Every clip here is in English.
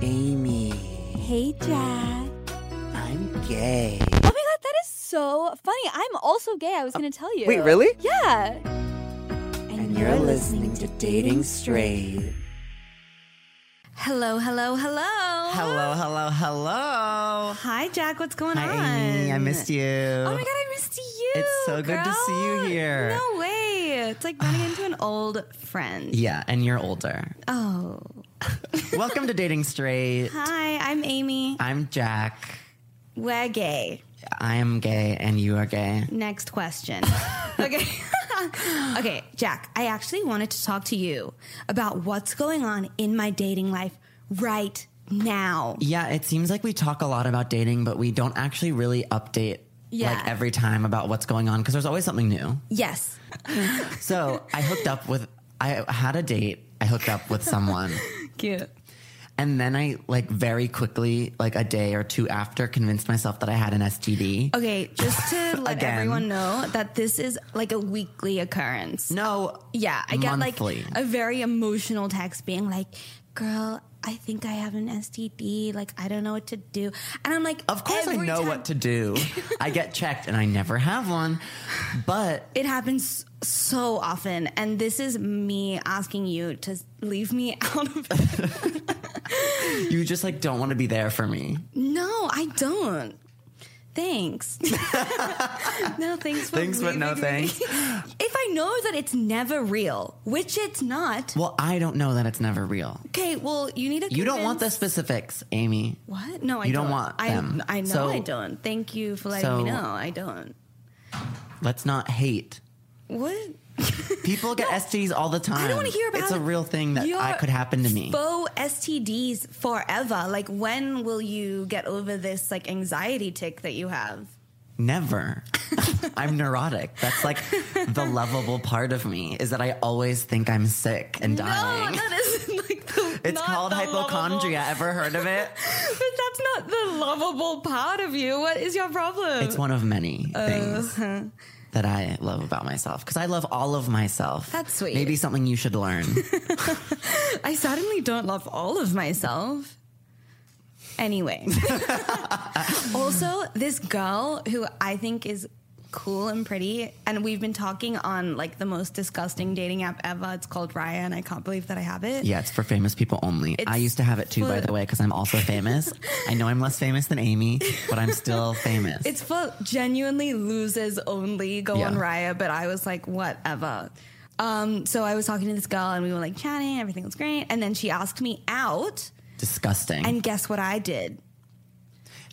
Amy, Hey, Jack. I'm gay. Oh my god, that is so funny. I'm also gay. I was gonna tell you. Wait, really? Yeah. And you're listening to Dating Straight. Hello, hello, hello. Hello, hello, hello. Hi, Jack. What's going on? Hi, Amy. I missed you. Oh my god, I missed you. It's so good to see you girl. here. No way. It's like running into an old friend. Yeah, and you're older. Oh. Welcome to Dating Straight. Hi, I'm Amy. I'm Jack. We're gay. I am gay, and you are gay. Next question. okay. okay, Jack, I actually wanted to talk to you about what's going on in my dating life right now. Yeah, it seems like we talk a lot about dating, but we don't actually really update. Yeah. Like every time about what's going on because there's always something new. Yes. So I hooked up with, I had a date. I hooked up with someone. Cute. And then I like very quickly, like a day or two after, convinced myself that I had an STD. Okay, just to let Again. everyone know that this is like a weekly occurrence. No. Yeah, I get Monthly. like a very emotional text being like, girl, I think I have an STD. Like, I don't know what to do. And I'm like, Of course, I every know time- what to do. I get checked, and I never have one. But It happens so often. And this is me asking you to leave me out of it. you just like don't want to be there for me. No, I don't. Thanks. no, thanks for Thanks, but no leaving me. thanks. If I know that it's never real, which it's not, Well, I don't know that it's never real. okay, well, you need to. You don't want the convince- specifics, Amy. What? No, I You don't. don't want I, them. I know So- I don't. Thank you for letting So- me know. I don't. Let's not hate. What? People get STDs all the time. I don't want to hear about It's a real thing that your I could happen to me. Faux STDs forever. Like, when will you get over this like anxiety tick that you have? Never. I'm neurotic. That's like the lovable part of me is that I always think I'm sick and dying. No, that is like the. it's not called the hypochondria. Ever heard of it? lovable- but that's not the lovable part of you. What is your problem? It's one of many Uh-huh. things that I love about myself because I love all of myself. That's sweet. Maybe something you should learn. I suddenly don't love all of myself. Anyway. also, this girl who I think is cool and pretty, and we've been talking on like the most disgusting dating app ever. It's called Raya, and I can't believe that I have it. yeah, it's for famous people only. I It's used to have it too, by for- the way, because I'm also famous. I know I'm less famous than Amy, but I'm still famous. It's for genuinely losers only go Yeah. on Raya, but I was like, whatever. Um, so I was talking to this girl and we were like chatting, everything was great. And then she asked me out, disgusting. and guess what I did?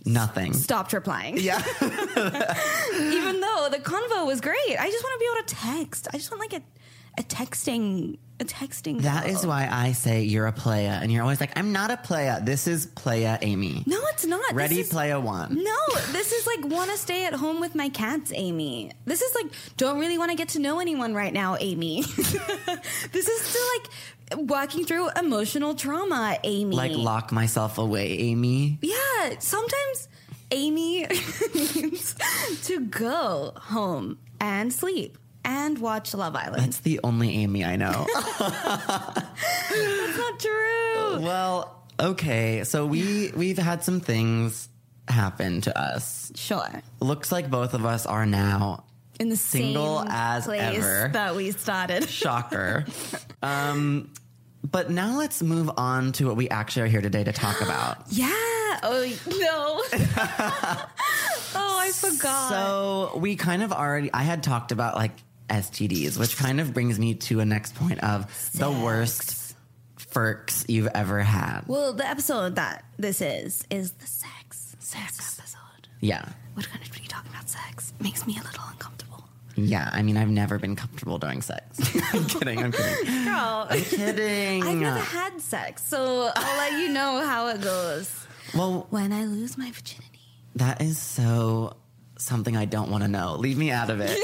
Nothing. stopped replying. Yeah. Even though the convo was great, I just want to be able to text. I just want like a, a texting, a texting. That girl. is why I say you're a playa, and you're always like, I'm not a playa. This is playa, Amy. No, it's not. This Ready, is- playa one. No, this is like want to stay at home with my cats, Amy. This is like don't really want to get to know anyone right now, Amy. this is still like working through emotional trauma, Amy. Like, lock myself away, Amy. Yeah, sometimes Amy needs to go home and sleep and watch Love Island. That's the only Amy I know. That's not true. well, okay. So we we've had some things happen to us. Sure. Looks like both of us are now In the Single same as place ever. that we started. shocker. um but now let's move on to what we actually are here today to talk about. Yeah. Oh no. oh, I forgot. So we kind of already, I had talked about like STDs, which kind of brings me to a next point of the worst furks you've ever had. well, the episode that this is is the sex. Sex episode. Yeah. We're going to be talking about sex. Makes me a little uncomfortable. Yeah. I mean, I've never been comfortable during sex. I'm kidding. I'm kidding. Girl, I'm kidding. I've never had sex, so I'll let you know how it goes well, when I lose my virginity. that is so something I don't want to know. Leave me out of it.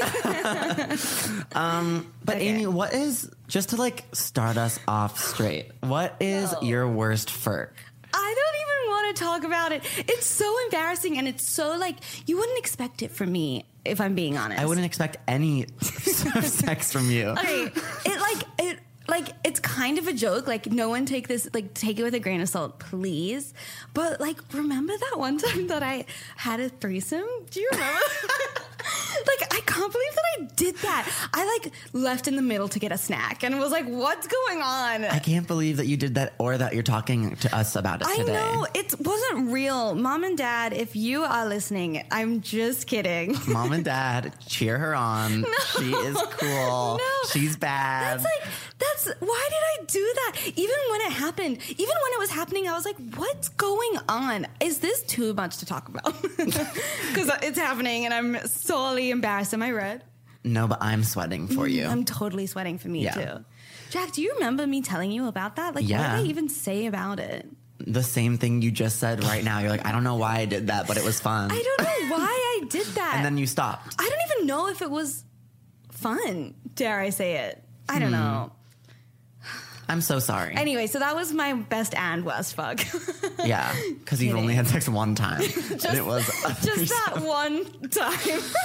um, but Okay. Amy, what is, just to like start us off straight, what is No. your worst furk? I don't even want to talk about it. It's so embarrassing and it's so like you wouldn't expect it from me if I'm being honest. I wouldn't expect any sex from you. Okay, it like it like like it's kind of a joke. Like no one take this like take it with a grain of salt, please. But like remember that one time that I had a threesome? Do you remember? like I can't believe that I did that. I like left in the middle to get a snack and was like, "What's going on?" I can't believe that you did that or that you're talking to us about it I today. know it wasn't real. Mom and dad, if you are listening, I'm just kidding. Mom and dad, cheer her on. She is cool. No. She's bad. That's like that's why did I do that? Even when it happened, even when it was happening, I was like, "What's going on? Is this too much to talk about?" Because it's happening, and I'm sorely embarrassed. Am I red? no, but I'm sweating for you. I'm totally sweating for me Yeah. too. Jack, do you remember me telling you about that? Like, what Yeah. did I even say about it? the same thing you just said right now. You're like, I don't know why I did that, but it was fun. I don't know why I did that. and then you stopped. I don't even know if it was fun. Dare I say it? I Hmm. don't know. I'm so sorry. Anyway, so that was my best and worst fuck. yeah, because you've Kidding. only had sex one time, and it was just that one time.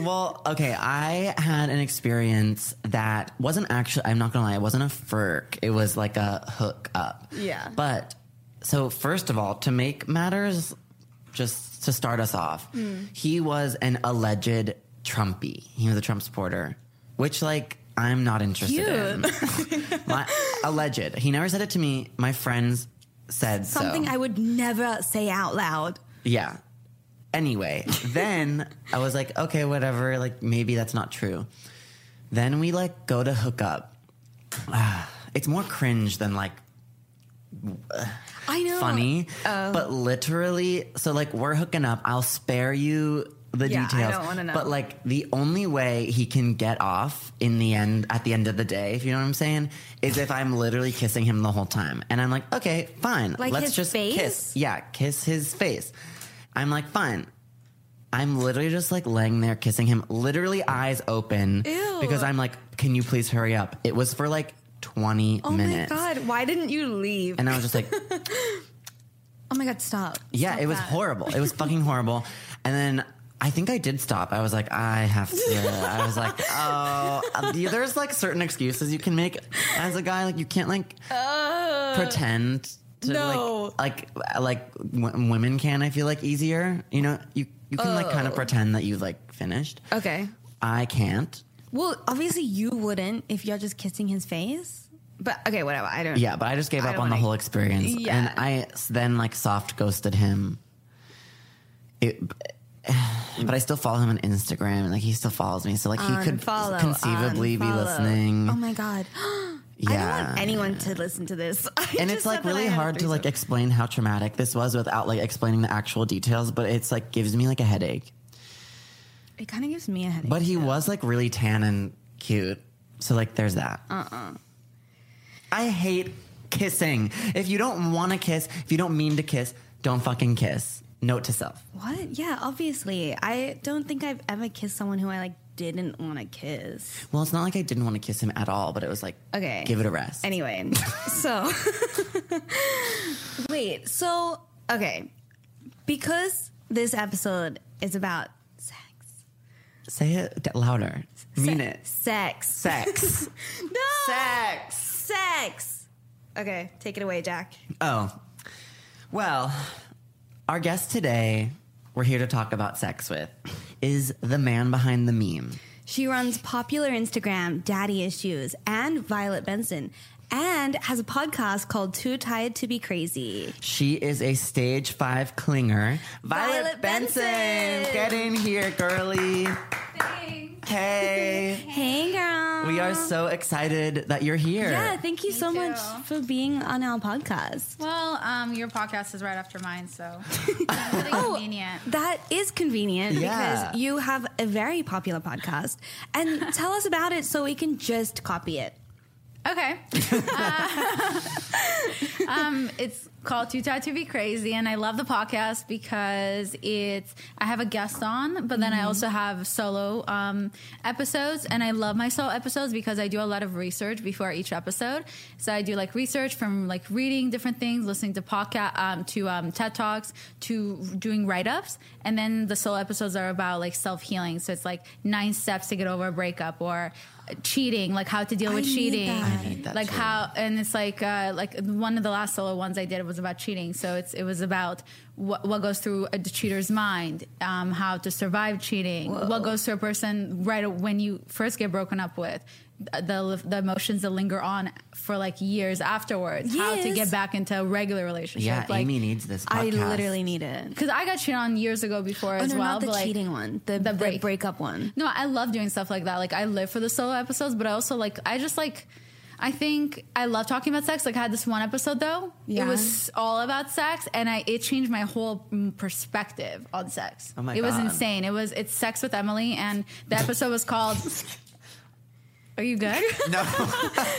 Well, okay, I had an experience that wasn't actually, I'm not gonna lie, it wasn't a furk. It was like a hook up. Yeah. But so, first of all, to make matters, just to start us off, Hmm. he was an alleged Trumpy. He was a Trump supporter, which, like, I'm not interested in. My, alleged. He never said it to me. My friends said so. Something I would never say out loud. Yeah. Anyway, then I was like, okay, whatever. Like, maybe that's not true. Then we like go to hook up. Ah, it's more cringe than like I know. funny, Oh. but literally, so like we're hooking up. I'll spare you the Yeah, I details. don't wanna know. But like the only way he can get off in the end, at the end of the day, if you know what I'm saying, is if I'm literally kissing him the whole time. And I'm like, okay, fine. Like Let's his just face? kiss. Yeah, kiss his face. I'm like, fine. I'm literally just like laying there kissing him, literally eyes open. Ew. Because I'm like, can you please hurry up? It was for like 20 Oh minutes. my god! Why didn't you leave? And I was just like, oh my god! Stop. Yeah, Stop it was that. horrible. It was fucking horrible. And then I think I did stop. I was like, I have to. I was like, oh, um, yeah, there's like certain excuses you can make as a guy. Like you can't like pretend to no. like like like w- women can. I feel like easier. You know, you you can like kind of pretend that you like finished. Okay. I can't. Well, obviously you wouldn't if you're just kissing his face. But okay, whatever. I don't. Yeah, but I just gave I up don't on the wanna- whole experience. Yeah. And I s- then like soft ghosted him. It, but I still follow him on Instagram and like he still follows me. So like he could Unfollow, conceivably be unfollow. listening. Oh my god. I don't yeah. want anyone to listen to this. I and just it's like said that I really had a hard to like threesome. explain how traumatic this was without like explaining the actual details, but it's like gives me like a headache. It kind of gives me a headache. But he was like really tan and cute. So like there's that. Uh-uh. I hate kissing. If you don't want to kiss, if you don't mean to kiss, don't fucking kiss. Note to self. What? Yeah, obviously. I don't think I've ever kissed someone who I like didn't want to kiss. Well, it's not like I didn't want to kiss him at all, but it was like Okay. give it a rest. Anyway, so wait, so okay, because this episode is about sex, Say it d- louder. mean it. sex, Sex. no, Sex. sex. Okay, take it away, Jack. Oh. Well, our guest today we're here to talk about sex with is the man behind the meme. She runs popular Instagram, Daddy Issues, and Violet Benson, and has a podcast called Too Tired to Be Crazy. She is a stage five clinger. Violet, Violet Benson. Benson. Get in here, girly. Hey. Hey, girl. we are so excited that you're here. Um, Yeah, thank you so too. much for being on our podcast. Well, um, your podcast is right after mine, so it's really convenient. Oh, That is convenient Yeah. because you have a very popular podcast. And tell us about it so we can just copy it. Okay. Uh, um, it's called Too Tired to Be Crazy, and I love the podcast because it's I have a guest on, but then Mm-hmm. I also have solo um, episodes, and I love my solo episodes because I do a lot of research before each episode. So I do like research from like reading different things, listening to podcast, um, to um, TED talks, to doing write ups, and then the solo episodes are about like self healing. So it's like nine steps to get over a breakup or cheating, like how to deal I with need cheating, that. I need that like too. how, and it's like uh, like one of the last solo ones I did was about cheating. So it's it was about what what goes through a, the cheater's mind, um, how to survive cheating, what goes through a person right when you first get broken up with. The, the emotions that linger on for like years afterwards, how to Yes. get back into a regular relationship. Yeah, like, Amy needs this. I podcast. literally need it. because I got cheated on years ago before Oh, as no, well. not the but like, cheating one. The, the, break. breakup one. No, I love doing stuff like that. Like I live for the solo episodes, but I also like I just like I think I love talking about sex. Like I had this one episode though. Yeah. It was all about sex and I it changed my whole mm, perspective on sex. Oh my it was God. insane. It was it's sex with Emily and the episode was called Are you good?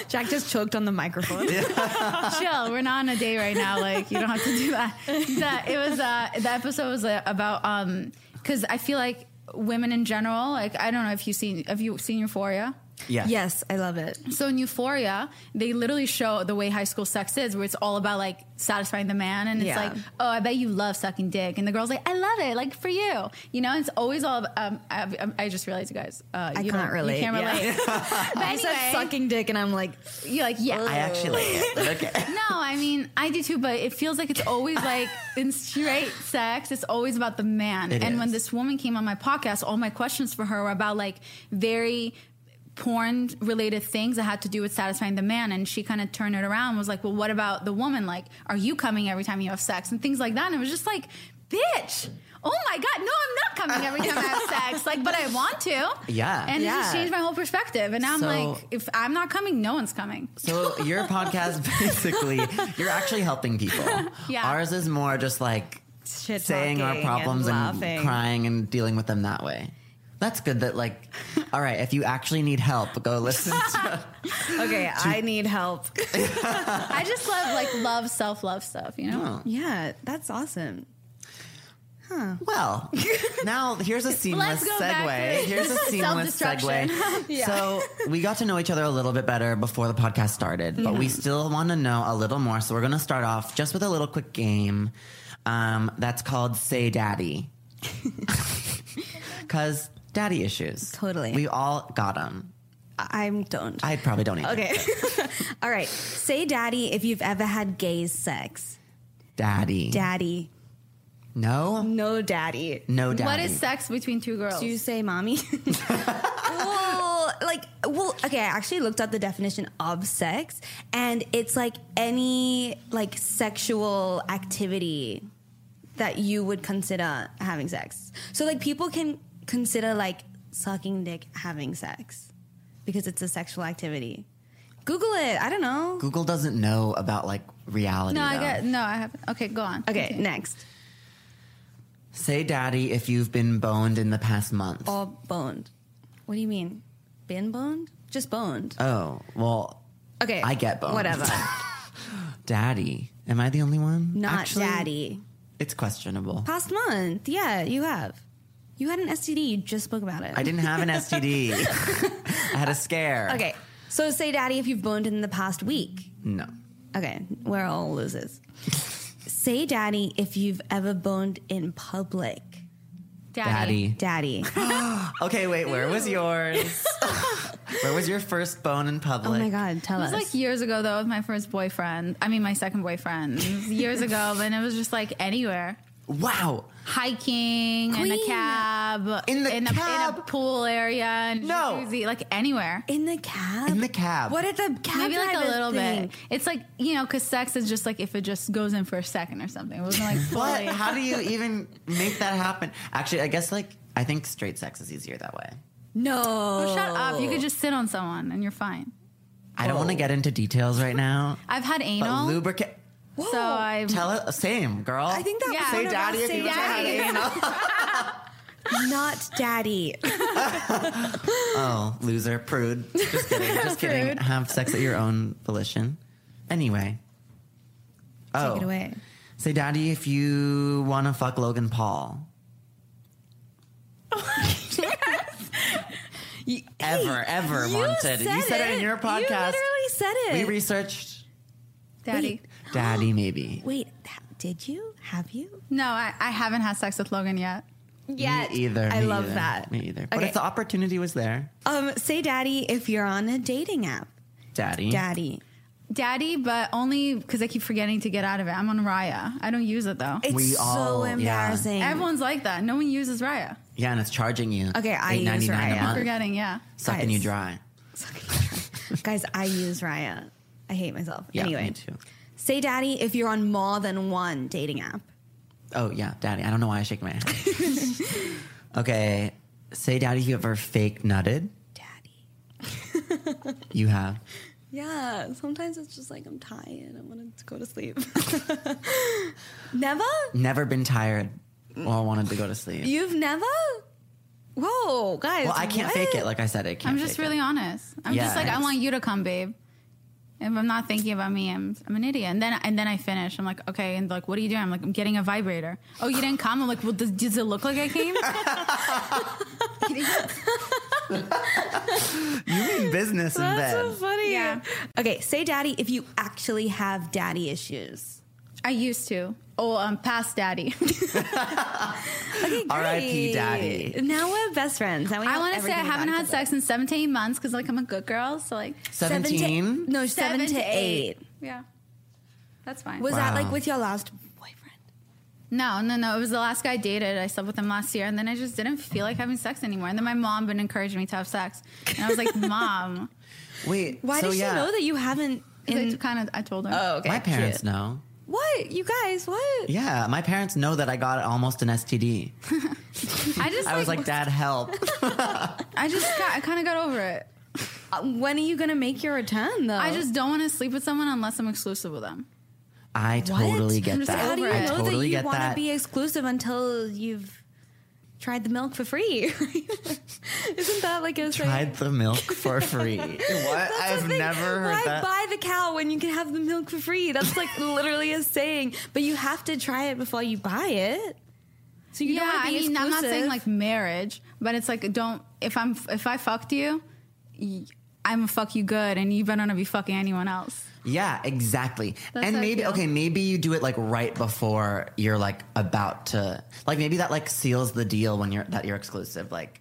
Jack just choked on the microphone. chill. We're not on a date right now. Like you don't have to do that. That it was. Uh, the episode was uh, about um because I feel like women in general. Like I don't know if you seen have you seen Euphoria. Yes. Yes, I love it. So in Euphoria, they literally show the way high school sex is, where it's all about like satisfying the man, and it's Yeah. like, oh, I bet you love sucking dick, and the girl's like, I love it, like for you, you know. It's always all. Um, I, I just realized, you guys, uh, I you can't don't- relate, You can't yeah. relate. but I said anyway, sucking dick, and I'm like, you're like, yeah, I actually like it. but okay. no, I mean I do too, but it feels like it's always like in straight sex, it's always about the man. It and when is. this woman came on my podcast, all my questions for her were about like very porn related things that had to do with satisfying the man and she kind of turned it around and was like well what about the woman like are you coming every time you have sex and things like that and it was just like bitch oh my god no i'm not coming every time i have sex like but i want to Yeah. and it just Yeah. changed my whole perspective and now So- i'm like if i'm not coming no one's coming So your podcast basically, you're actually helping people. Yeah. Ours is more just like Shit saying our talking and problems and, laughing. crying and dealing with them that way. That's good. That like, all right, if you actually need help, go listen. to okay, I need help. I just love like love self love stuff, you know. Oh. yeah, that's awesome. Well, now here's a seamless go back segue. to Here's a seamless self-destruction. segue. So we got to know each other a little bit better before the podcast started, but we still want to know a little more. So we're going to start off just with a little quick game um, that's called Say Daddy. Because daddy issues. Totally. We all got them. I I'm- don't. I probably don't either. okay. All right. Say daddy if you've ever had gay sex. Daddy. Daddy. no? No daddy. No daddy. What is sex between two Oh. girls? Do you say mommy? well, like, well, okay. I actually looked up the definition of sex, and it's like any like sexual activity that you would consider having sex. So, like, people can consider like sucking dick having sex because it's a sexual activity. Google it. I don't know. Google doesn't know about like reality. no, I though. got no. I have okay. Go on. Okay, next Say daddy if you've been boned in the past month. or boned. What do you mean? Been boned? Just boned. Oh, well, Okay, I get boned. Whatever. daddy. Am I the only one? Not Actually, daddy. It's questionable. Past month, yeah, you have. You had an STD. You just spoke about it. I didn't have an STD. I had a scare. Okay, so say daddy if you've boned in the past week. No. Okay, we're all losers. say daddy if you've ever boned in public. Daddy. Daddy. Oh Okay, wait, where was yours? where was your first bone in public? oh my god, tell It was us. like years ago though with my first boyfriend. I mean my second boyfriend. It was years ago, and it was just like anywhere. Wow. Hiking in a Queen. cab In the a, in a cab? pool area and No. jacuzzi, like anywhere. in the cab. In the cab. What did the cab? Maybe like a driver little think? bit. It's like you know, because sex is just like if it just goes in for a second or something. It wasn't like What? fully- How do you even make that happen? Actually, I guess like I think straight sex is easier that way. No. Oh, shut up! You could just sit on someone and you're fine. I don't want Oh. to get into details right now. I've had But anal. lubricate. Whoa. So I Tell it. Same, girl. I think that Yeah. was Say one of daddy us if say you had daddy. Not daddy. Oh, loser, prude. Just kidding. Just kidding. Have sex at your own volition. Anyway. Oh, Take it away. say, daddy, if you want to fuck Logan Paul. ever, ever wanted. You said it in your You podcast. literally said it. we researched daddy. daddy, maybe. Wait, ha- did you? Have you? No, I, I haven't had sex with Logan yet. yet. Me either. I me love either, that. Me either. But Okay. if the opportunity was there, Um, say daddy if you're on a dating app. daddy. Daddy. Daddy, but only because I keep forgetting to get out of it. I'm on Raya. I don't use it though. It's We so all- yeah. embarrassing. Everyone's like that. No one uses Raya. Yeah, and it's charging you. Okay, I use $8.99 Raya. a month, Forgetting, yeah. sucking guys. you dry. Guys, I use Raya. I hate myself. Yeah, anyway, me too. say daddy if you're on more than one dating app. Oh yeah, daddy. I don't know why I shake my head. okay, say daddy. if You ever fake nutted? Daddy. You have. Yeah, sometimes it's just like I'm tired. I wanted to go to sleep. never? Never been tired or wanted to go to sleep. You've never? Whoa, guys. well, I can't what? fake it. Like I said, I can't. I'm just fake it. really honest. I'm just like, I Yes. want you to come, babe. If I'm not thinking about me, I'm, I'm an idiot. And then and then I finish. I'm like, okay. And like, what are you doing? I'm like, I'm getting a vibrator. Oh, you didn't come. I'm like, well, does, does it look like I came? You mean business in That's so bed. funny. Yeah. Okay, say daddy if you actually have daddy issues. I used to. Oh, um, past daddy. R.I.P. Daddy. Now we're best friends. Now we I know want to say I everything haven't about had each sex in 17 months because like I'm a good girl. So like other. Seven to- Seventeen. no, seven, to eight. Yeah, that's fine. Was that Wow. like with your last boyfriend? No, no, no. It was the last guy I dated. I slept with him last year, and then I just didn't feel like having sex anymore. And then my mom been encouraging me to have sex, and I was like, "Mom, Wait. Why so does yeah, she know that you haven't? 'Cause I In, kind of I told her. oh, okay. My parents cute. know. What you guys? What? Yeah, my parents know that I got almost an STD. I just I was like, Dad, help. I just got, I kind of got over it. Uh, When are you gonna make your return though? I just don't want to sleep with someone unless I'm exclusive with them. I What? totally I'm get just like, that. How do you I know totally get that you want to that. be exclusive until you've tried the milk for free? Isn't that like a thing? Tried the milk for free. what? That's the I've thing. never heard Why that. buy the cow when you can have the milk for free? That's like literally a saying. But you have to try it before you buy it. So you don't yeah, want to I be mean, I'm not saying exclusive. like marriage, but it's like don't if I'm if I fucked you, y- I'm a fuck you good, and you better not be fucking anyone else. Yeah, exactly. That's and how I maybe feel. okay, maybe you do it like right before you're like about to like maybe that like seals the deal when you're that you're exclusive. Like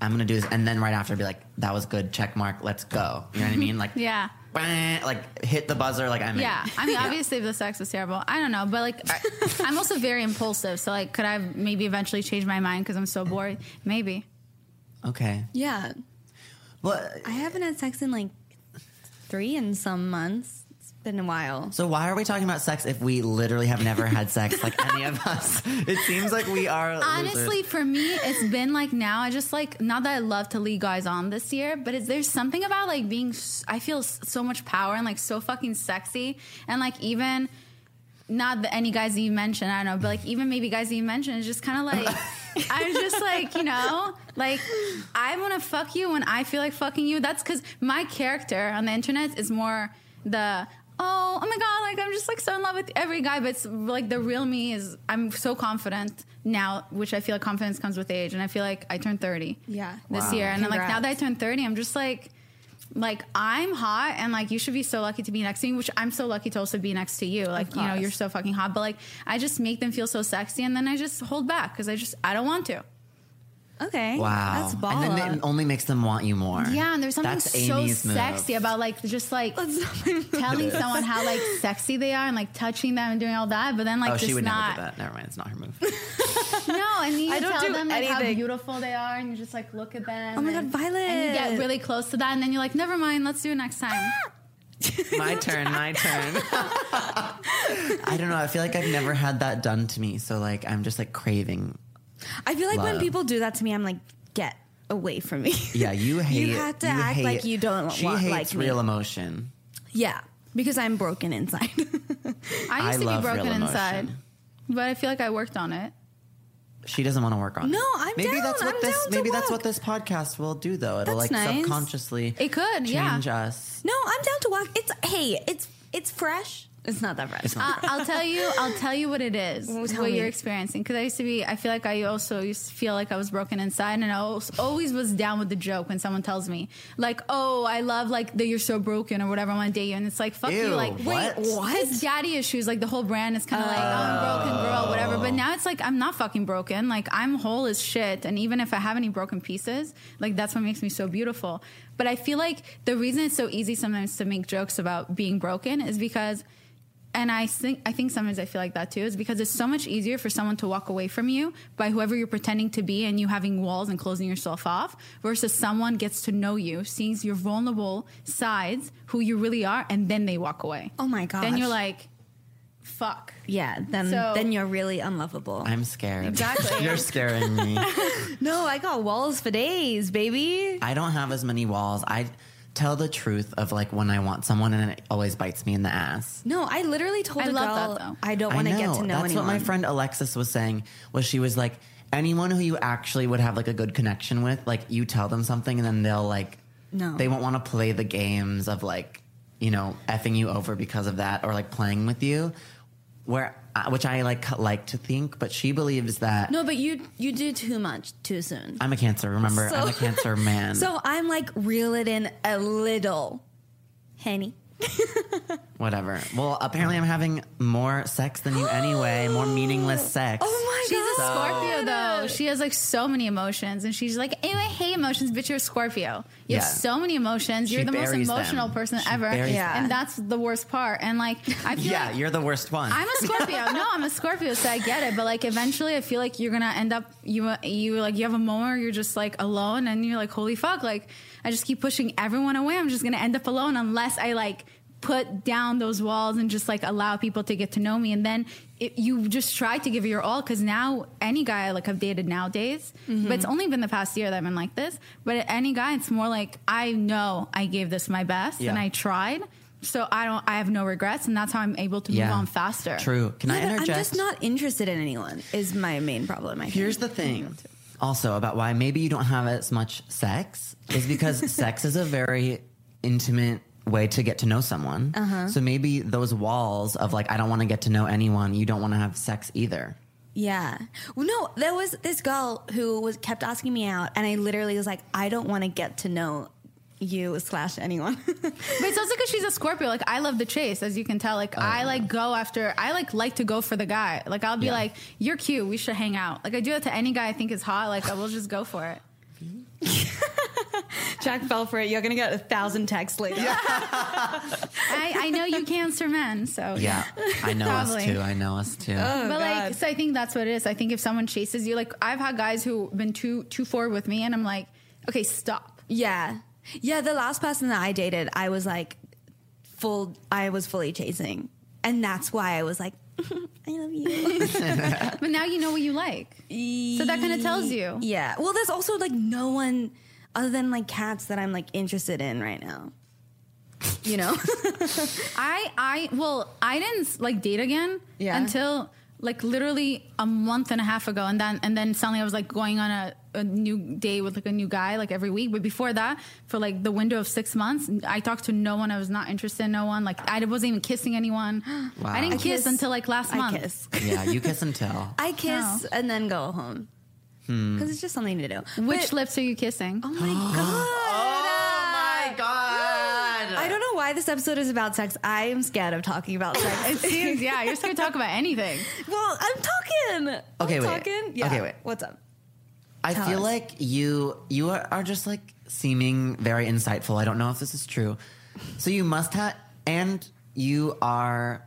I'm gonna do this, and then right after be like, that was good, check mark, let's go. You know what I mean? Like Yeah. bang, like hit the buzzer, like I'm in. Yeah, I mean, obviously the sex was terrible. I don't know, but like, I, I'm also very impulsive. So like, could I maybe eventually change my mind because I'm so bored? Maybe. Okay. yeah, Well, I haven't had sex in like three in some months. It's been a while. so why are we talking about sex if we literally have never had sex, like any of us? It seems like we are Honestly, losers. for me, it's been like now. I just like not that I love to lead guys on this year, but it's, there's something about like being. s- I feel s- so much power and like so fucking sexy, and like even not that any guys that you mentioned. I don't know, but like even maybe guys that you mentioned is just kind of like. I'm just like you know, like I want to fuck you when I feel like fucking you. That's because my character on the internet is more the. Oh, oh my god! Like I'm just like so in love with every guy, but it's, like the real me is I'm so confident now, which I feel like confidence comes with age, and I feel like I turned 30 Yeah. this Wow. year, and I'm like now Congrats. that I turned 30, I'm just like like I'm hot and like you should be so lucky to be next to me, which I'm so lucky to also be next to you. Like, you know, course. you're so fucking hot, but like I just make them feel so sexy and then I just hold back because I just I don't want to. Okay, Wow. that's ball. And then it up. only makes them want you more. Yeah, and there's something That's so Amy's move. sexy about like just like telling someone how like sexy they are and like touching them and doing all that, but then like oh, just she would not. never do that. Never mind, it's not her move. No, and you I don't tell do them like how anything. beautiful they are, and you just like look at them. Oh my and- God, Violet. And you get really close to that, and then you're like, never mind, let's do it next time. my turn, my turn. I don't know. I feel like I've never had that done to me, so like I'm just like craving. I feel like when Love. people do that to me, I'm like, get away from me. Yeah, you hate. You have to act hate- like you don't She want hates like me. real emotion. Yeah, because I'm broken inside. I I used to be love real broken emotion. inside, but I feel like I worked on it. She doesn't want to work on. No, it. I'm maybe down, that's what I'm this. down to maybe that's what work. this podcast will do, though. It'll like That's nice. subconsciously It could, yeah. change us. no, I'm down to walk. It's hey, it's it's fresh. Um, It's not that bad. It's not. I- I'll tell you. I'll tell you what it is. Well, tell what me. you're experiencing. Because I used to be. I feel like I also used to feel like I was broken inside, and I als- always was down with the joke when someone tells me like, "Oh, I love like that you're so broken" or whatever. I want to date you, and it's like, "Fuck Ew, you!" Like, what? wait, His daddy issues. Like the whole brand is kind of like, "Oh, I'm broken, girl," whatever. But now it's like I'm not fucking broken. Like I'm whole as shit, and even if I have any broken pieces, like that's what makes me so beautiful. But I feel like the reason it's so easy sometimes to make jokes about being broken is because and I think I think sometimes I feel like that too is because it's so much easier for someone to walk away from you by whoever you're pretending to be and you having walls and closing yourself off versus someone gets to know you, sees your vulnerable sides, who you really are, and then they walk away. Oh my gosh. Then you're like, fuck. yeah, then So- then you're really unlovable. I'm scared. Exactly. You're scaring me. no, I got walls for days, baby. I don't have as many walls. I tell the truth of like when I want someone and it always bites me in the ass. No, I literally told I a love girl that, though. I don't want to I get to know That's anyone. what my friend Alexis was saying was she was like anyone who you actually would have like a good connection with, like you tell them something and then they'll like No. They won't want to play the games of like, you know, effing you over because of that or like playing with you. Where uh, which I like like to think, but she believes that no, but you you do too much too soon. I'm a cancer, remember? So- I'm a cancer man. So I'm like reel it in a little, Henny. Whatever. Well, apparently I'm having more sex than you anyway, more meaningless sex. Oh my She's a god. Scorpio though. She has like so many emotions, and she's like, "Ew, I hate emotions." Bitch, you're a Scorpio. You Yeah. have so many emotions. She you're the most buries them. emotional person She ever, buries Yeah. them. and that's the worst part. And like, I feel Yeah, like you're the worst one. I'm a Scorpio. no, I'm a Scorpio, so I get it. But like, eventually, I feel like you're gonna end up you you like you have a moment where you're just like alone, and you're like, holy fuck! Like, I just keep pushing everyone away. I'm just gonna end up alone unless I like put down those walls and just like allow people to get to know me. And then it, you just try to give it your all because now any guy like I've dated nowadays, but it's only been the past year that I've been like this. But any guy, it's more like I know I gave this my best and Yeah. I tried. So I don't. I have no regrets, and that's how I'm able to move on faster. True. Can I Yeah, but I'm interject? just not interested in anyone. Is my main problem. I think. Here's the thing. Also about why maybe you don't have as much sex is because sex is a very intimate way to get to know someone. Uh-huh. So maybe those walls of like I don't want to get to know anyone, you don't want to have sex either. Yeah. Well, no, there was this girl who was kept asking me out, and I literally was like, I don't want to get to know you slash anyone. But it's also because she's a Scorpio. Like I love the chase, as you can tell. Like I like go after. I like like to go for the guy. Like I'll be Oh, Yeah. like, "You're cute. We should hang out." Like I do that to any guy I think is hot. Like I will just go for it. Jack fell for it. You're gonna get a thousand texts later. I, I know you cancer men, so Yeah. I know us Probably. Oh, too. I know us too. but God. like, so I think that's what it is. I think if someone chases you, like I've had guys who've been too too forward with me, and I'm like, okay, stop. Yeah. Yeah, the last person that I dated, I was like full I was fully chasing. And that's why I was like, I love you. But now you know what you like. So that kind of tells you. yeah. Well, there's also like no one other than like cats that I'm like interested in right now. You know? I I well I didn't like date again Yeah. until like literally a month and a half ago and then and then suddenly I was like going on a, a new day with like a new guy like every week but before that for like the window of 6 months I talked to no one I was not interested in no one like I wasn't even kissing anyone I didn't I kiss, kiss- until like last I month kiss. yeah, you kiss and tell. I kiss and then go home. Hmm. Because it's just something to do. which But- lips are you kissing Oh my god. Oh my god. I don't know why this episode is about sex. I am scared of talking about sex. it seems yeah you're scared to talk about anything well, I'm talking. Okay, I'm wait. Talking. Yeah. Okay, wait. What's up? I Tell feel us. like you you are, are just like seeming very insightful. I don't know if this is true. So you must have and you are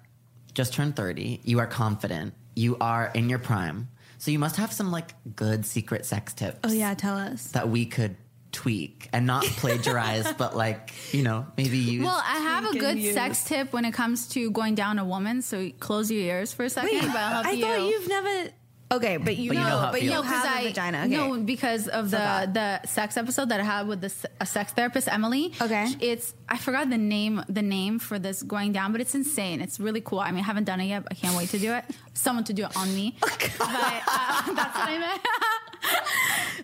just turned 30. You are confident. You are in your prime. So you must have some like good secret sex tips Oh yeah, tell us. that we could tweak and not plagiarize but like, you know, maybe use. Well, I have a Tweak and good use. sex tip when it comes to going down a woman. So close your ears for a second, but I'll help I you. thought you've never. Okay, but you But you know know, how it but you feels. have a I vagina. Okay. no because of the Forgot. the sex episode that I had with this a sex therapist Emily. Okay. it's I forgot the name the name for this going down, but it's insane. It's really cool. I mean, I haven't done it yet. But I can't wait to do it. Someone to do it on me. Oh, but uh, that's what I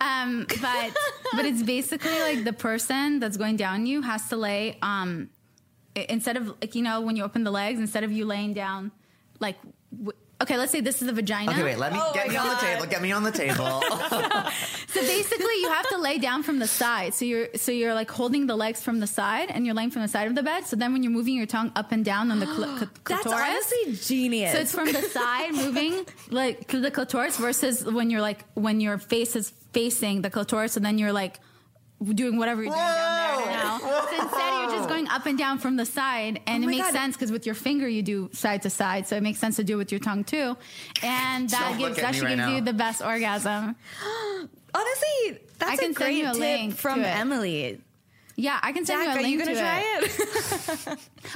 meant. um, but but it's basically like the person that's going down you has to lay um i- instead of like you know when you open the legs, instead of you laying down, like w- okay, let's say this is the vagina. Okay, wait. Let me Oh get my me on the God. table. Get me on the table. Oh, So basically, you have to lay down from the side. So you're so you're like holding the legs from the side, and you're laying from the side of the bed. So then when you're moving your tongue up and down on the cl- cl- That's clitoris, honestly genius. so it's from the side moving like to the clitoris versus when you're like when your face is facing the clitoris, so then you're like doing whatever you're doing down there now. So instead, you're just going up and down from the side, Oh and it my makes God. sense because with your finger you do side to side, so it makes sense to do it with your tongue too, and that Don't look gives at that me actually right gives you now. the best orgasm. honestly, that's I can a send great you a tip link from to it. Emily. Yeah, I can send Jack, you a are link you gonna to try it?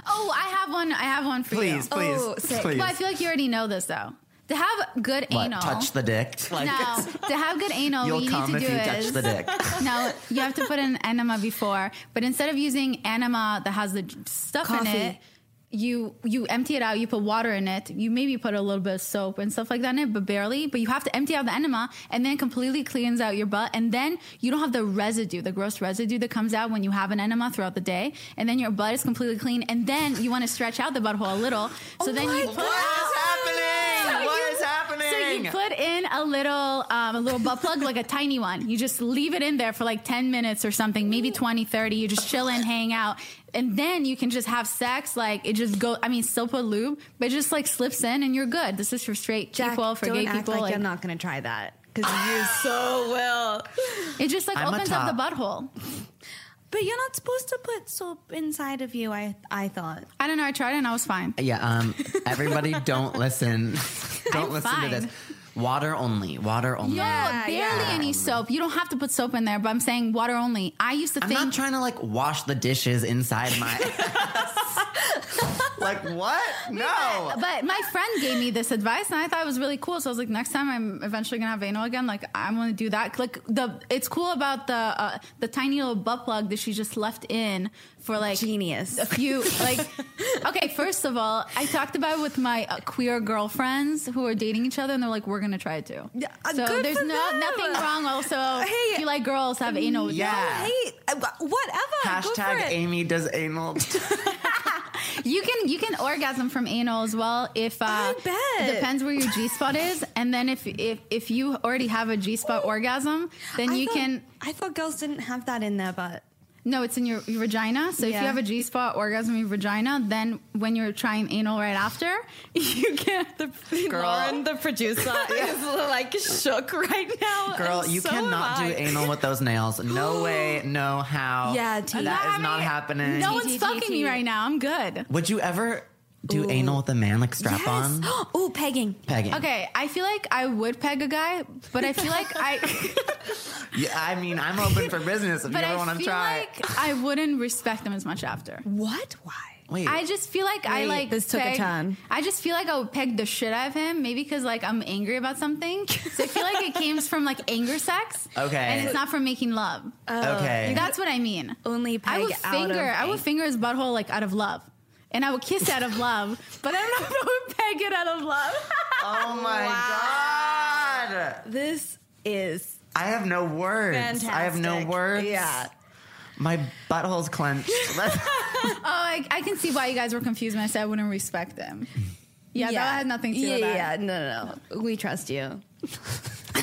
Oh, I have one. I have one for you. please, please, Oh, sick. please. Well, I feel like you already know this though. To have good What, anal, touch the dick. Like, no. to have good anal, you'll what you come need to if do you touch is the dick. no. You have to put an enema before, but instead of using enema that has the j- stuff in Coffee. it, you you empty it out. You put water in it. You maybe put a little bit of soap and stuff like that in it, but barely. But you have to empty out the enema and then completely cleans out your butt, and then you don't have the residue, the gross residue that comes out when you have an enema throughout the day, and then your butt is completely clean. And then you want to stretch out the butthole a little, so then Oh my you God. put What out. is happening? What is happening? So you put in a little, um, a little butt plug, like a tiny one. You just leave it in there for like 10 minutes or something, maybe 20, 30. You just chill and hang out. And then you can just have sex. Like it just go, I mean, still put lube, but it just like slips in and you're good. This is for straight people, for don't gay act people. like, like, I'm not gonna try that because you so will. it just like I'm a opens up the top. butthole. But you're not supposed to put soap inside of you. I I thought. I don't know. I tried it and I was fine. Yeah, um, everybody don't listen. Don't I'm listen fine. to this. Water only. Water only. No, barely yeah. any soap. You don't have to put soap in there, but I'm saying water only. I used to I'm think not trying to like wash the dishes inside my like what? No. But my friend gave me this advice, and I thought it was really cool. So I was like, next time I'm eventually gonna have anal again, like I'm gonna do that. Like the it's cool about the uh, the tiny little butt plug that she just left in for like Genius. a few like okay. First of all, I talked about it with my uh, queer girlfriends who are dating each other, and they're like, we're gonna try it too. Yeah, uh, so good there's for no them. nothing wrong. Also, Hey. um, if you like girls have anal. with Yeah. them. Hey, uh, wh- whatever. Go for Hashtag it. Amy does anal. You can you can orgasm from anal as well if uh, I bet. it depends where your G spot is, and then if if if you already have a G spot orgasm, then I you thought- can I thought girls didn't have that in their butt. no, it's in your, your vagina. So if Yeah. you have a G spot orgasm in your vagina, then when you're trying anal right after, you can the Girl. Lauren, the producer, is like shook right now. Girl, and you so cannot am I. do anal with those nails. No way, no how. Yeah, T. that is not happening. No T, one's T, T, fucking T. me right now. I'm good. Would you ever do anal with a man like strap on? Yes. Ooh, pegging. Pegging. Okay, I feel like I would peg a guy, but I feel like I Yeah, I mean, I'm open for business if you but ever I want to feel try. like I wouldn't respect them as much after. What? Why? Wait, I just feel like I Wait, like this took a peg- turn. I just feel like I would peg the shit out of him, maybe because like I'm angry about something. So I feel like it came from like anger sex. Okay. and it's not from making love. uh, okay. That's what I mean. Only I peg would out of finger. I would ang- finger his butthole like out of love, and I would kiss out of love. But I don't know if I would peg it out of love. oh my god. This is I have no words. fantastic. I have no words. Yeah. My butthole's clenched. oh, I, I can see why you guys were confused when I said I wouldn't respect them. Yeah, that had nothing to do yeah, with that. Yeah, no, no, no. We trust you.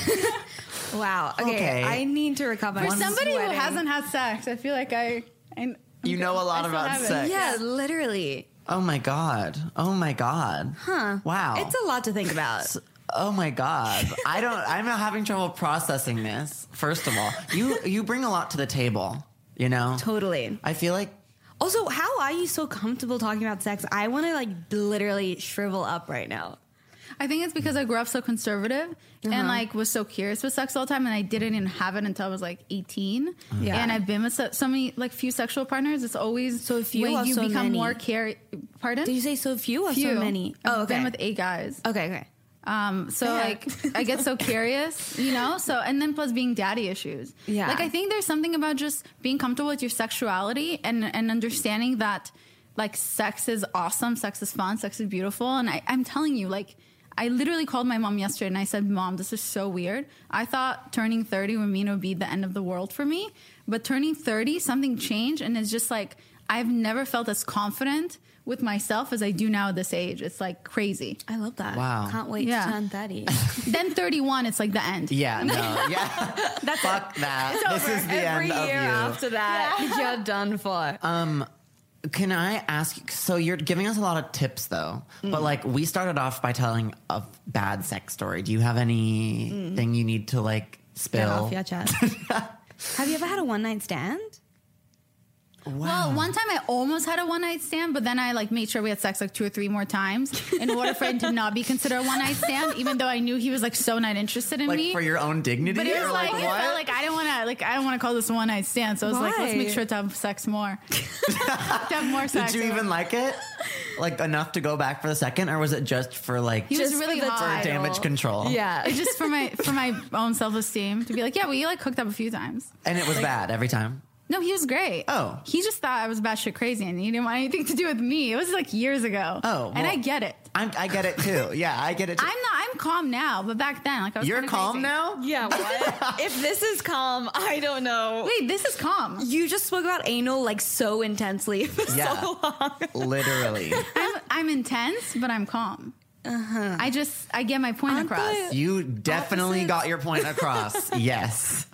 wow. Okay, Okay. I need to recover. For I'm somebody who sweating. hasn't had sex, I feel like I. I You know a lot I still about haven't. sex. Yeah, literally. oh my god. Oh my god. Huh. Wow. It's a lot to think about. Oh my god. I don't I'm having trouble processing this. First of all, you you bring a lot to the table, you know? Totally. I feel like Also, how are you so comfortable talking about sex? I want to like literally shrivel up right now. I think it's because I grew up so conservative Uh-huh. and like was so curious with sex all the time, and I didn't even have it until I was like eighteen. Uh-huh. Yeah. and I've been with so, so many like few sexual partners. It's always so few or when you so become many? more care. Pardon? Did you say so few or Few. so many? I've Oh, been okay. with eight guys. okay, okay. Um, so Yeah. like I get so curious, you know. So and then plus being daddy issues. Yeah. Like I think there's something about just being comfortable with your sexuality and and understanding that like sex is awesome, sex is fun, sex is beautiful. And I, I'm telling you, like I literally called my mom yesterday and I said, Mom, this is so weird. I thought turning 30 would mean it would be the end of the world for me. But turning 30, something changed and it's just like I've never felt as confident with myself as I do now at this age. It's like crazy. I love that. Wow. Can't wait Yeah. to turn 30. then 31, it's like the end. Yeah, no, yeah. Fuck that. this is the Every end year of you. after that, you're done for. Can I ask? So you're giving us a lot of tips, though. But like, we started off by telling a bad sex story. Do you have anything you need to like Get spill? off your chest. Have you ever had a one night stand? Well, one time I almost had a one night stand, but then I like made sure we had sex like two or three more times in order for him to not be considered a one night stand, even though I knew he was like so not interested in like me. for your own dignity. but it Or, was like, it felt like I didn't want to like I don't want to call this a one night stand. So I was like, let's Why? make sure to have sex more, to have more sex. Did you even like it? Like enough to go back for the second, or was it just for like He was Just really for the hot. title. damage control? Yeah. It's just for my for my own self esteem to be like, yeah, we like hooked up a few times. and it was bad every time. No, he was great. Oh. he just thought I was batshit crazy, and he didn't want anything to do with me. It was like years ago. Oh, and well- I get it. I'm, I get it too. Yeah, I get it. Too. I'm not. I'm calm now, but back then, like I was. You're kinda calm crazy. now. Yeah, what? if this is calm, I don't know. Wait, this is calm. You just spoke about anal like so intensely for Yeah. so long. Literally, I'm I'm intense, but I'm calm. Uh-huh. I just I get my point Aren't across. they- you definitely Opposites. got your point across. yes,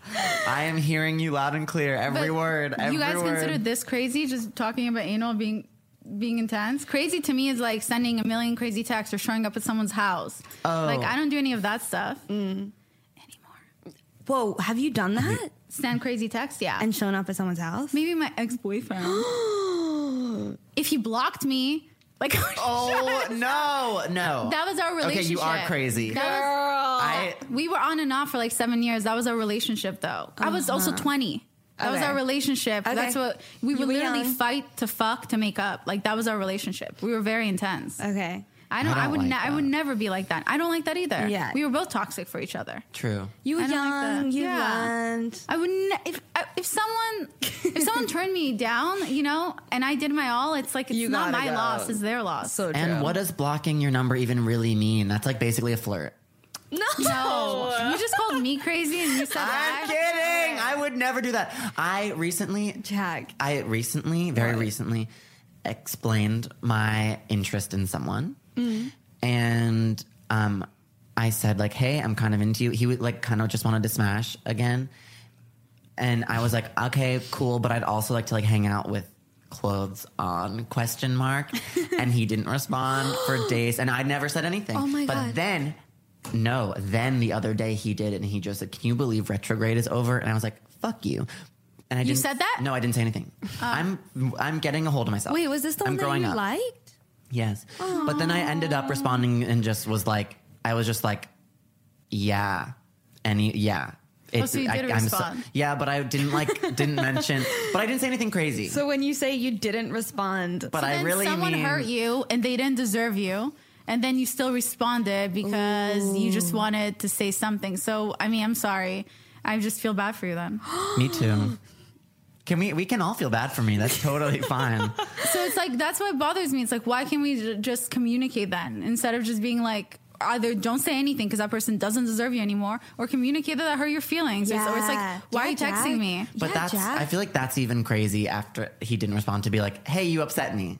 I am hearing you loud and clear. Every But word. Every you guys word. consider this crazy? Just talking about anal being being intense. Crazy to me is like sending a million crazy texts or showing up at someone's house. Oh. Mm. Like I don't do any of that stuff anymore. Whoa, have you done that? Send crazy texts, yeah. And shown up at someone's house? maybe my ex boyfriend. if he blocked me, like Oh no, no. that was our relationship. Okay, you are crazy. That was- I we were on and off for like seven years. That was our relationship, though. I was also twenty. That Uh-huh. was Okay. our relationship. Okay. That's what we would were literally young. fight to fuck to make up. Like that was our relationship. We were very intense. Okay. I don't. I I, don't would. like ne- I that. would never be like that. I don't like that either. Yeah. We were both toxic for each other. true. You were I don't like young, that. you Yeah. learned. I would ne- if I- if someone if someone turned me down, you know, and I did my all. It's like it's You not gotta my go. loss. It's their loss. So And true. what does blocking your number even really mean? That's like basically a flirt. No. No, you just called me crazy and you said I'm that. kidding. I would never do that. I recently, Jack. I recently, very recently, explained my interest in someone, Mm-hmm. and um, I said like, "Hey, I'm kind of into you." He would like kind of just wanted to smash again, and I was like, "Okay, cool," but I'd also like to like hang out with clothes on question mark and he didn't respond for days and i never said anything Oh my but God. then no then the other day he did and he just said can you believe retrograde is over and i was like fuck you and i You didn't, said that? no i didn't say anything i'm i'm getting a hold of myself Oh. Wait, was this the I'm one that growing you up. liked? yes but then i ended up responding and just was like i was just like yeah any Oh, yeah It's- so you did I'm so- respond. yeah, but I didn't like didn't mention, but I didn't say anything crazy. So when you say you didn't respond, but I then really someone mean, hurt you and they didn't deserve you and then you still responded because you just wanted to say something so i mean i'm sorry i just feel bad for you then Me too. Can we? We can all feel bad for me. That's totally fine. so it's like that's what bothers me it's like why can't we j- just communicate then instead of just being like either don't say anything because that person doesn't deserve you anymore or communicate that that hurt your feelings Or so it's Yeah. like why are you Yeah, texting Jack. me But Yeah, that's Jack. I feel like that's even crazy after he didn't respond to be like, "Hey, you upset me."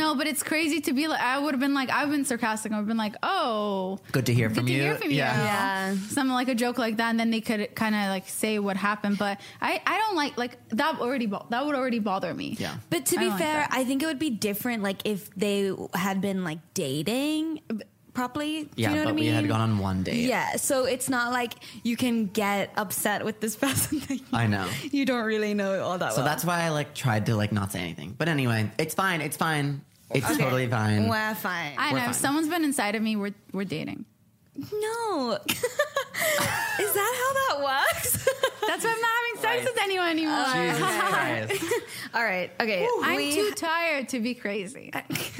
no but it's crazy to be like i would have been like i've been sarcastic i would have been like oh Good to hear Good from to you. hear from you. Yeah. Something like a joke like that, and then they could kind of like say what happened. But I, I don't like like that already. Bo- that would already bother me. Yeah. But to I be don't like fair, that. I think it would be different like if they had been like dating b- properly. Do Yeah, you know but what I mean? we had gone on one date. Yeah, so it's not like you can get upset with this person that you, I know. you don't really know all that So well. that's why I like tried to like not say anything. But anyway, it's fine. It's fine. It's totally fine. We're fine. I We're fine. know. If someone's been inside of me, we're we're dating. no. Is that how that works? That's why I'm not having sex Right. with anyone anymore. Jesus Christ. all right, okay. I'm we- too tired to be crazy.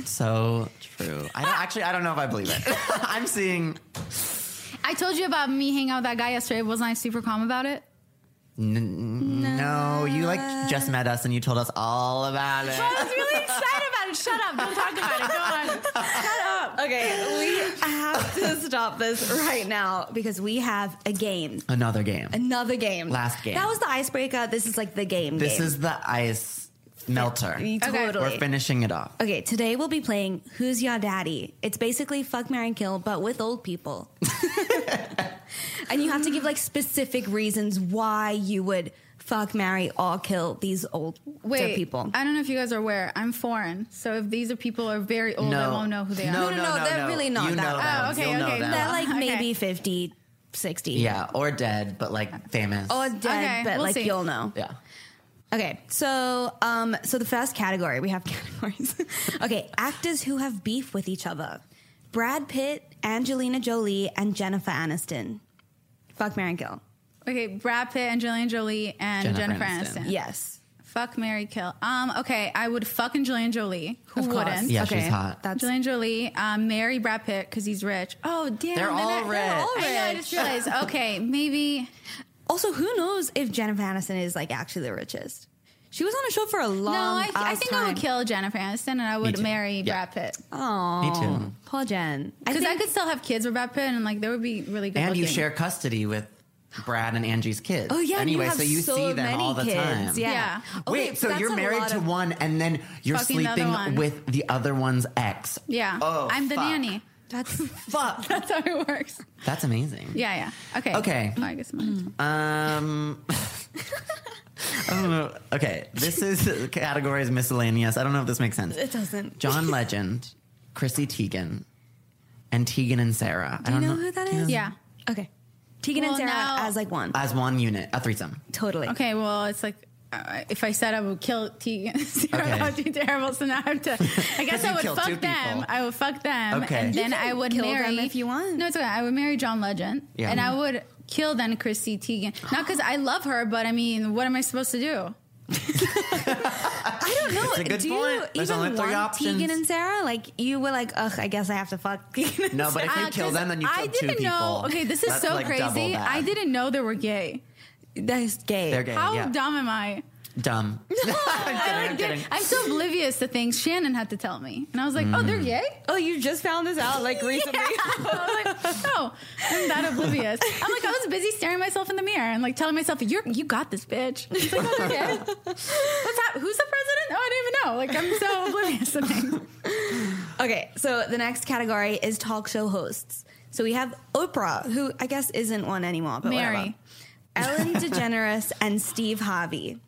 So true. I don't actually. I don't know if I believe it. I'm seeing I told you about me hanging out with that guy yesterday. Wasn't I super calm about it? n- no. You like just met us and you told us all about it. I was really excited about it. Shut up. Don't talk about it. Go on. Okay, we have to stop this right now because we have a game. Another game. Another game. Last game. That was the icebreaker. This is like the game. This game. is the ice Melter. Totally. We're finishing it off. Okay, today we'll be playing Who's Ya Daddy? It's basically Fuck Mary Kill, but with old people. and you have to give like specific reasons why you would fuck Mary or kill these old dead Wait, people. I don't know if you guys are aware. I'm foreign, so if these are people are very old, I won't know who they No, are. no, no, they're really not You that know old. them. Oh, okay, You'll know okay. them. They're like Okay. maybe 50, 60. Yeah, or dead, but like famous. Or dead, Okay, but we'll like see. you'll know. yeah. Okay, so um, so the first category we have categories. okay, actors who have beef with each other: Brad Pitt, Angelina Jolie, and Jennifer Aniston. Fuck Mary Kill. Okay, Brad Pitt, Angelina Jolie, and Jennifer Jennifer, Aniston. Aniston. Yes, Fuck Mary Kill. Um, okay, I would fuck Angelina Jolie. Who Of course. wouldn't? Yeah, Okay, she's hot. that- Angelina Jolie, um, marry Brad Pitt because he's rich. Oh damn, They're all not- rich. I know. I just realized. Okay, maybe Also, who knows if Jennifer Aniston is like actually the richest? She was on a show for a long. no. I, I ass think time. I would kill Jennifer Aniston and I would too. marry Yeah. Brad Pitt Aw, Me too. Poor Jen. I because I, think- could still have kids with Brad Pitt and like there would be really good. And you looking. share custody with Brad and Angie's kids. Oh yeah, and Anyway, you have so you see them many all the kids. time. Yeah. Yeah. Okay, Wait, so that's you're a married lot to of- one, and then you're Fucking the other sleeping one. with the other one's ex. Yeah, Oh, I'm the fuck. nanny. That's Fuck. That's how it works. That's amazing. Yeah, yeah. Okay. Okay. Oh, I guess mine. Um, I don't know. Okay, this is category is miscellaneous. I don't know if this makes sense. it doesn't. John Legend, Chrissy Teigen, and Teigen and Sarah. Do I you don't know who that do you is? know- Yeah. Okay, Tegan and Well, Sarah now- as like one. As one unit, a threesome. totally. Okay. Well, it's like. Uh, if I said I would kill Tegan, Sarah, Okay. that would be terrible. So now I have to. I guess You I would killed fuck two them. people. I would fuck them, Okay. You and then can I would kill them marry if you want. No, it's okay. I would marry John Legend, Yeah. and I would kill then Chrissy Teigen. Not because I love her, but I mean, what am I supposed to do? I don't know. a good Do you point. There's even only three want options. Tegan and Sarah? Like you were like, ugh, I guess I have to fuck Tegan. and No, but if you Uh, kill 'cause them, then you kill I two didn't know. people. Okay, this is That's so like double crazy. that. I didn't know they were gay. Sarah. that is gay. They're gay. How yeah. dumb am I? Dumb. I'm kidding. I'm kidding. I'm so oblivious to things. Shannon had to tell me, and I was like, "Oh, Mm. they're gay." Oh, you just found this out like recently. I was like, "No, I'm that oblivious." I'm like, I was busy staring myself in the mirror and like telling myself, "You you got this, bitch." It's like, oh, okay. What's that? Who's the president? Oh, I don't even know. Like, I'm so oblivious to things. okay, so the next category is talk show hosts. So we have Oprah, who I guess isn't one anymore, but Mary. whatever. Ellen DeGeneres and Steve Harvey.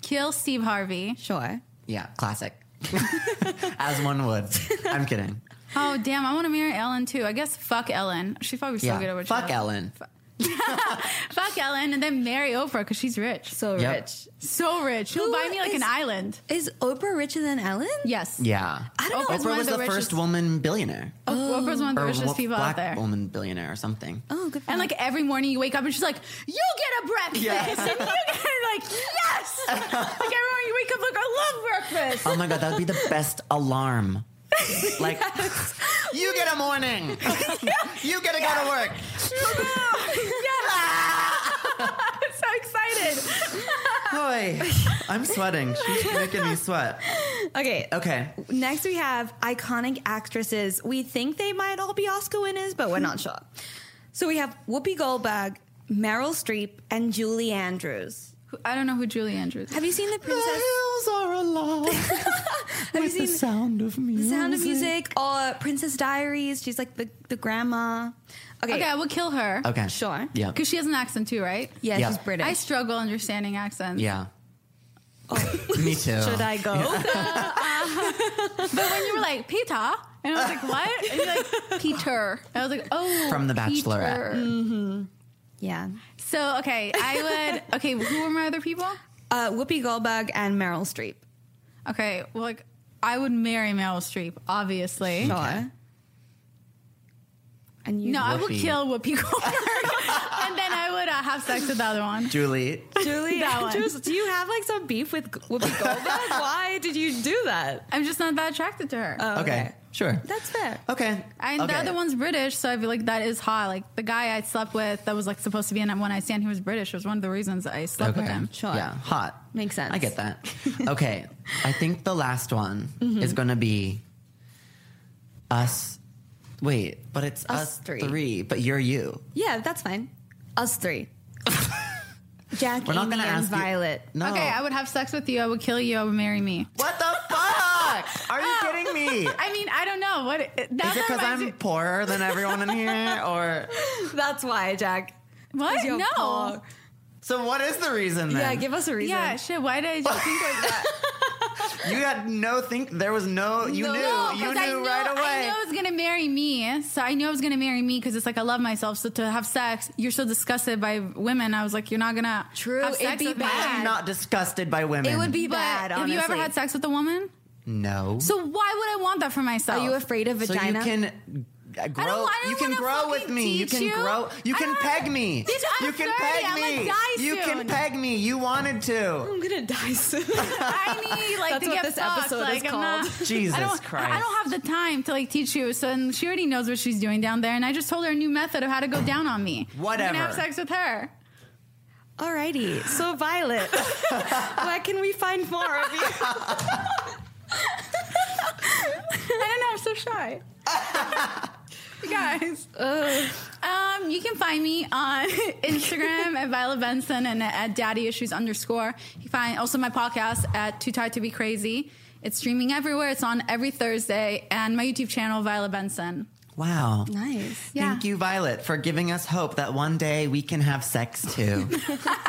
Kill Steve Harvey. Sure. Yeah, classic. As one would. I'm kidding. Oh, damn! I want to marry Ellen too. I guess fuck Ellen. She's probably so Yeah. good at what she Fuck does. Ellen. Fuck Ellen, and then marry Oprah because she's rich, So Yep. rich. so rich. She'll Who buy me like is- an island. Is Oprah richer than Ellen? Yes. Yeah. I don't know. Oprah's Oprah one was of the, the first richest- woman billionaire. Oprah's one of the Or richest wo- people black out there. woman billionaire or something. Oh, good. For And her. like every morning you wake up and she's like, you get a breakfast. Yeah. And you get like, yes. like every morning you wake up like, I love breakfast. Oh my god, that would be the best alarm. Like you get a morning. you get to go to work. I'm so excited. Boy, I'm sweating. She's making me sweat. okay, Okay. Next, we have iconic actresses. We think they might all be Oscar winners, but we're not sure. So we have Whoopi Goldberg, Meryl Streep, and Julie Andrews. Um, I don't know who Julie Andrews is. Have you seen the The Princess hills are alive Have you with the seen sound of music. The Sound of Music or Princess Diaries? She's like the, the grandma. Okay, Okay, I will kill her. Okay. Sure. Yeah. Because she has an accent too, right? yeah, Yeah. she's British. I struggle understanding accents. Yeah. me too. Oh. Should I go? But when you were like, Peter, and I was like, what? And you're like, Peter. And I was like, oh. From The Bachelorette. Peter. yeah. So, okay, I would. Okay, who were my other people? Uh, Whoopi Goldberg and Meryl Streep. Okay, well, like I would marry Meryl Streep, obviously. Sure. And you, No, I would Whoopi. kill Whoopi Goldberg, and then I would uh, have sex with the other one. Julie. Julie That one. Andrews, do you have like some beef with Whoopi Goldberg? Why did you do that? I'm just not that attracted to her, Oh, Okay. Sure. That's fair. Okay. and Uh, okay. the other one's British, so I feel like that is hot. Like the guy I slept with, that was like supposed to be in one night stand. He was British. Was one of the reasons I slept with him. Sure. Yeah, hot. Makes sense. I get that. okay. I think the last one Mm-hmm. is going to be us. Wait, but it's us, Us three. but you're you. Yeah, that's fine. Us three. Jack, We're not Amy, gonna and ask you- Violet. No. Okay, I would have sex with you. I would kill you. I would marry me. What the fuck? Are you kidding me? I mean, I don't know what. That Is it because reminds I'm me- poorer than everyone in here, or That's why, Jack. what? You're No. poor. so? What is the reason? Then? Yeah, give us a reason. Yeah, shit. Why did I just think like that? You had no think. There was no. You No, knew. No, you because knew I knew right I away. knew I was gonna marry me, so I knew I was gonna marry me because it's like I love myself. So to have sex, you're so disgusted by women. I was like, you're not gonna True, Have it'd sex be with bad. Me. I'm not disgusted by women. It would be But bad. have you ever honestly. had sex with a woman? no. So why would I want that for myself? Are you afraid of So vagina? you can. uh, Grow, I don't you can wanna grow with fucking me. You teach can you. grow. You I can don't wanna- peg me. Bitch, I'm you can 30. peg I'm me. gonna die you can soon. peg me. You wanted to. I'm gonna die soon. I need like That's to what get this fucked. episode like, is I'm not- called. Jesus I don't, Christ. I don't have the time to like teach you. So and she already knows what she's doing down there, and I just told her a new method of how to go down on me. I'm Whatever. gonna have sex with her. Alrighty, so Violet, where can we find more of you? I don't know. I'm so shy. You guys, um, you can find me on Instagram at Violet Benson and at Daddy Issues underscore. You can find also my podcast at Too Tired to Be Crazy. It's streaming everywhere. It's on every Thursday, and my YouTube channel Violet Benson. Wow. Nice. Yeah. Thank you, Violet, for giving us hope that one day we can have sex too.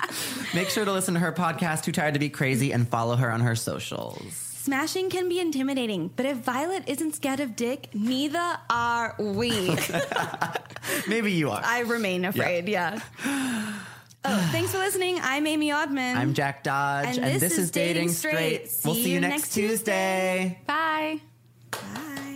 Make sure to listen to her podcast, Too Tired to Be Crazy, and follow her on her socials. Smashing can be intimidating, but if Violet isn't scared of dick, neither are we. Maybe you are. I remain afraid, yeah. Oh, thanks for listening. I'm Amy Oddman. I'm Jack Dodge, and, this, is Dating Straight. We'll see you, next Tuesday. Bye. Bye.